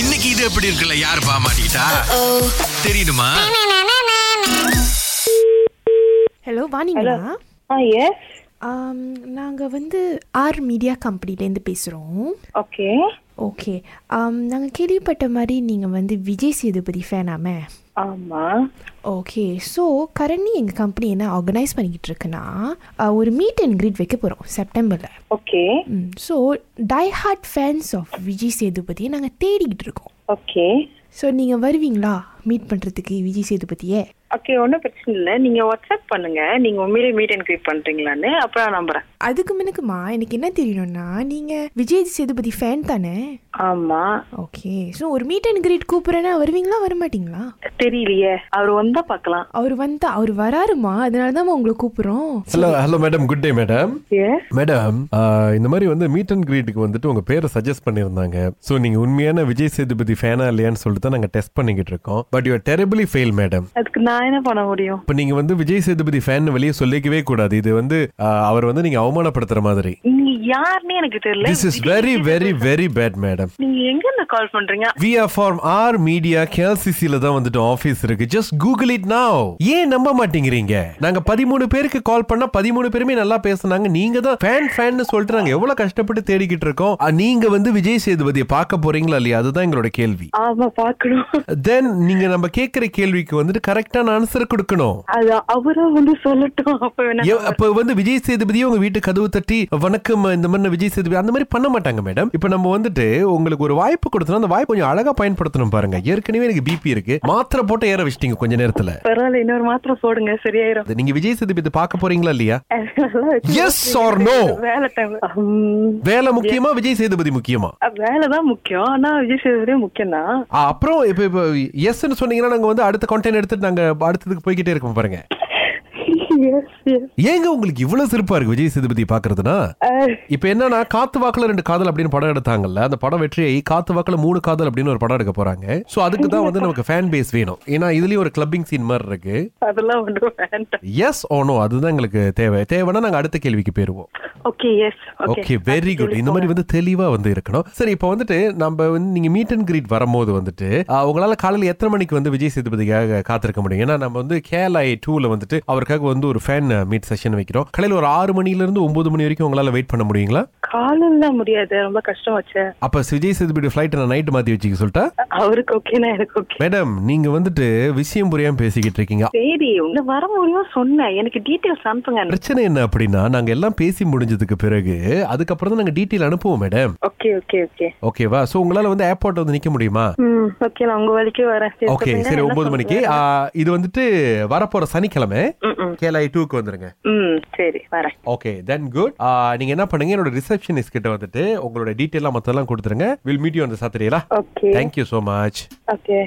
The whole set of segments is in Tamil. இன்னைக்கு இது எப்படி இருக்குல்ல யார் பாமாட்டா தெரியுமா ஹலோ வாணிங்களா ஆ எஸ் ஆம், நாங்க வந்து ஆர் மீடியா கம்பெனிலேருந்து பேசுறோம் ஓகே ஓகே ஆம், நாங்க கேள்விப்பட்ட மாதிரி நீங்க வந்து விஜய் சேதுபதி ஃபேனாமே ஆமா ஓகே ஸோ கரண்ட்லி எங்கள் கம்பெனி என்ன ஆர்கனைஸ் பண்ணிக்கிட்டு இருக்குன்னா அஹ், ஒரு மீட் அண்ட் greet வைக்க போகிறோம் செப்டம்பரில் okay so die hard fans of Vijay சேதுபதியை நாங்கள் தேடிக்கிட்டு இருக்கோம் ஓகே ஸோ நீங்கள் வருவீங்களா மீட் பண்ணுறதுக்கு விஜய் சேதுபதியை ஓகே ஒன்றும் பிரச்சனை இல்லை நீங்கள் வாட்ஸ்அப் பண்ணுங்க நீங்கள் உண்மையிலே மீட் அண்ட் க்ரீட் பண்ணுறீங்களான்னு அப்புறம் நான் நம்புகிறேன் அதுக்கு முன்னுக்குமா எனக்கு என்ன தெரியணும்னா நீங்கள் விஜய் சேதுபதி ஃபேன் தானே ஆமாம் ஓகே ஸோ ஒரு மீட் அண்ட் greet கூப்பிட்றேன்னா வருவீங்களா வரமாட்டீங்களா தெரியலையே அவர் வந்தால் பார்க்கலாம் அவர் வந்தா அவர் வராருமா அதனால தான் உங்களை கூப்பிட்றோம் hello hello madam good day madam yes madam இந்த மாதிரி வந்து மீட் அண்ட் கிரீட்டுக்கு வந்துட்டு உங்க பேரை சஜஸ்ட் பண்ணியிருந்தாங்க ஸோ நீங்க உண்மையான விஜய் சேதுபதி ஃபேனா இல்லையான்னு சொல்லிட்டு தான் நாங்கள் டெஸ்ட் பண்ணிக்கிட்டு இருக்கோம் but you terribly fail madam அதுக்கு நான் என்ன பண்ண முடியும் இப்போ நீங்க வந்து விஜய் சேதுபதி ஃபேன் வெளியே சொல்லிக்கவே கூடாது இது வந்து ஆஹ், அவர் வந்து நீங்க அவமானப்படுத்துற மாதிரி நீங்க யாருன்னு எனக்கு தெரியல this is very very very bad madam நீங்க எங்க இருந்து கால் பண்றீங்க we are from R media கேஎல்சிசியில தான் வந்துட்டு ஆஃபீஸ் இருக்கு ஜஸ்ட் கூகுள் இட் now ஏன் நம்ப மாட்டேங்கிறீங்க நாங்க பதிமூணு பேருக்கு கால் பண்ணா பதிமூணு பேருமே நல்லா பேசுனாங்க நீங்க தான் ஃபேன் ஃபேன்னு சொல்லிட்டு நாங்க எவ்வளவு கஷ்டப்பட்டு தேடிக்கிட்டு இருக்கோம் அஹ் நீங்க வந்து விஜய் சேதுபதியை பார்க்க போறீங்களா இல்லையா அதுதான் எங்களோட கேள்வி ஆமா பார்க்கணும் தென் நீங்க நம்ம கேட்கிற கேள்விக்கு வந்துட்டு கரெக்டான ஆன்சர் கொடுக்கணும் அது அவரா வந்து சொல்லட்டும் அப்ப வேணா எ- அப்ப வந்து விஜய் சேதுபதியே உங்க வீட்டு கதவு தட்டி வணக்கம் இந்த மாதிரி விஜய் சேதுபதி அந்த மாதிரி பண்ண மாட்டாங்க மேடம் இப்ப நம்ம வந்துட்டு உங்களுக்கு ஒரு வாய்ப்பு கொடுத்தோம் அந்த வாய்ப்பு கொஞ்சம் அழகா பயன்படுத்தணும் பாருங்க ஏற்கனவே எனக்கு பிபி இருக்கு மாத்திரை போட்டு ஏற வச்சிட்டீங்க கொஞ்ச நேரத்துல பரவாயில்ல இன்னொரு மாத்திரம் போடுங்க சரியாயிரும் அது நீங்க விஜய் சேதுபதி பார்க்க போறீங்களா இல்லையா நல்லா வச்சு எஸ் ஆர் நோ வேலை டைம் உம், வேலை முக்கியமா விஜய் சேதுபதி முக்கியமா வேலை தான் முக்கியம் ஆனா விஜய் சேதுபதி முக்கியம் தான் ஆ, அப்புறம் இப்ப இப்ப எஸ்ன்னு சொன்னீங்கன்னா நாங்க வந்து அடுத்த கண்டென்ட் எடுத்துட்டு நாங்க அடுத்ததுக்கு போய்கிட்டே இருக்கோம் பாருங்க எஸ் எஸ் ஏங்க உங்களுக்கு இவ்வளவு சிறப்பா இருக்கு விஜய் சேதுபதி பாக்குறதுனா இப்ப என்னன்னா காத்து வாக்குல ரெண்டு காதல் அப்படின்னு படம் எடுத்தாங்கல்ல அந்த படம் வெற்றியை காத்து வாக்குல மூணு காதல் அப்படின்னு ஒரு படம் எடுக்க போறாங்க சோ அதுக்கு தான் வந்து நமக்கு ஃபேன் பேஸ் வேணும் ஏன்னா இதுலயும் ஒரு கிளப்பிங் சீன் மாதிரி இருக்கு அதெல்லாம் ஒன்றும் வேண்டாம் எஸ் ஓனோ அதுதான் எங்களுக்கு தேவை தேவைன்னா நாங்க அடுத்த கேள்விக்கு போயிருவோம் okay yes okay very good இந்த மாதிரி வந்து தெளிவா வந்து இருக்கணும் சரி இப்போ வந்துட்டு நம்ம வந்து நீங்க மீட் அண்ட் கிரீட் வரும்போது வந்துட்டு ஆஹ், உங்களால காலையில எத்தனை மணிக்கு வந்து விஜய் சேதுபதிக்காக காத்திருக்க முடியும் ஏன்னா நம்ம வந்து கேஎல்ஐ டூல வந்துட்டு அவருக்காக வந்து ஒரு ஃபேன் மீட் செஷன் வைக்கிறோம் காலையில ஒரு ஆறு மணில இருந்து ஒன்பது மணி வரைக்கும் உங்களால வெயிட் பண்ண முடியுங்களா காலம் தான் முடியாது ரொம்ப கஷ்டம் வச்சு அப்ப விஜய் சேதுபதி ஃபிளைட் நான் நைட் மாத்தி வச்சுக்க சொல்லிட்டா அவருக்கு ஓகேனா எனக்கு ஓகே மேடம் நீங்க வந்துட்டு விஷயம் புரியாம பேசிக்கிட்டு இருக்கீங்க சரி உங்க வர முடியும் சொன்னேன் எனக்கு டீட்டெயில்ஸ் அனுப்புங்க பிரச்சனை என்ன அப்படின்னா நாங்க எல்லாம் பேசி முடிஞ்சதுக்கு பிறகு அதுக்கப்புறம் தான் நாங்க டீட்டெயில் அனுப்புவோம் மேடம் ஓகே ஓகே ஓகே ஓகேவா சோ உங்களால வந்து ஏர்போர்ட் வந்து நிக்க முடியுமா ம் ஓகே நான் உங்க வரைக்கும் வரேன் சரி, ஓகே சொல்லுங்க, சரி என்ன ஒன்பது சொல்றது? மணிக்கு ஆ, இது வந்துட்டு வரப்போற சனிக்கிழமை ம், ம். கேலாய் டூக்கு வந்துருங்க ம் சரி வரேன் ஓகே தென் குட் நீங்க என்ன பண்ணுங்க என்னோட ரிசப்ஷனிஸ்ட் கிட்ட வந்துட்டு உங்களோட டீட்டெயிலாம் மத்தெல்லாம் கொடுத்துருங்க வில் மீட் யூ அந்த சாத்திரீங்களா okay thank you so much okay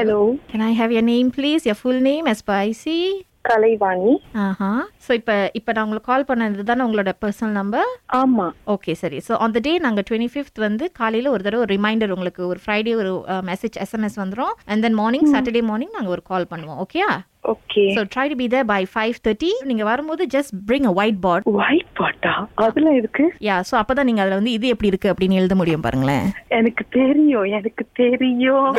hello Can I have your name, please? Your full name as per Uh-huh. IC? Kalaivani ஆஹா ஸோ இப்போ இப்போ நான் உங்களுக்கு கால் பண்ணது தானே உங்களோட பர்சனல் நம்பர் ஆமா ஓகே சரி ஸோ அந்த டே நாங்கள் டுவெண்ட்டி ஃபிஃப்த் வந்து காலையில் ஒரு தடவை ஒரு ரிமைண்டர் உங்களுக்கு ஒரு ஃப்ரைடே ஒரு மெசேஜ் எஸ்எம்எஸ் வந்துடும் and then morning Saturday morning நாங்கள் ஒரு கால் பண்ணுவோம் ஓகேயா okay so try to be there by five thirty நீங்கள் வரும்போது just bring a white board white பாட்டா அதெல்லாம் இருக்கு யா ஸோ அப்போ தான் நீங்கள் அதில் வந்து இது எப்படி இருக்குது அப்படின்னு எழுத முடியும் பாருங்களேன் எனக்கு தெரியும் எனக்கு தெரியும்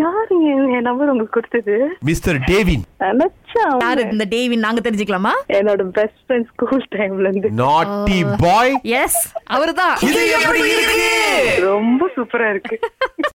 யாருங்க என் நம்பர் உங்களுக்கு கொடுத்தது மிஸ்டர் டேவின் நினைச்சா யார் இந்த டேவின் நாங்கள் தெரிஞ்சுக்கலாமா என்னோட பெஸ்ட் ஃப்ரெண்ட் ஸ்கூல் டைம்ல இருந்து நாட்டி பாய் எஸ் அவர் தான் இது எப்படி இருக்கு ரொம்ப சூப்பரா இருக்கு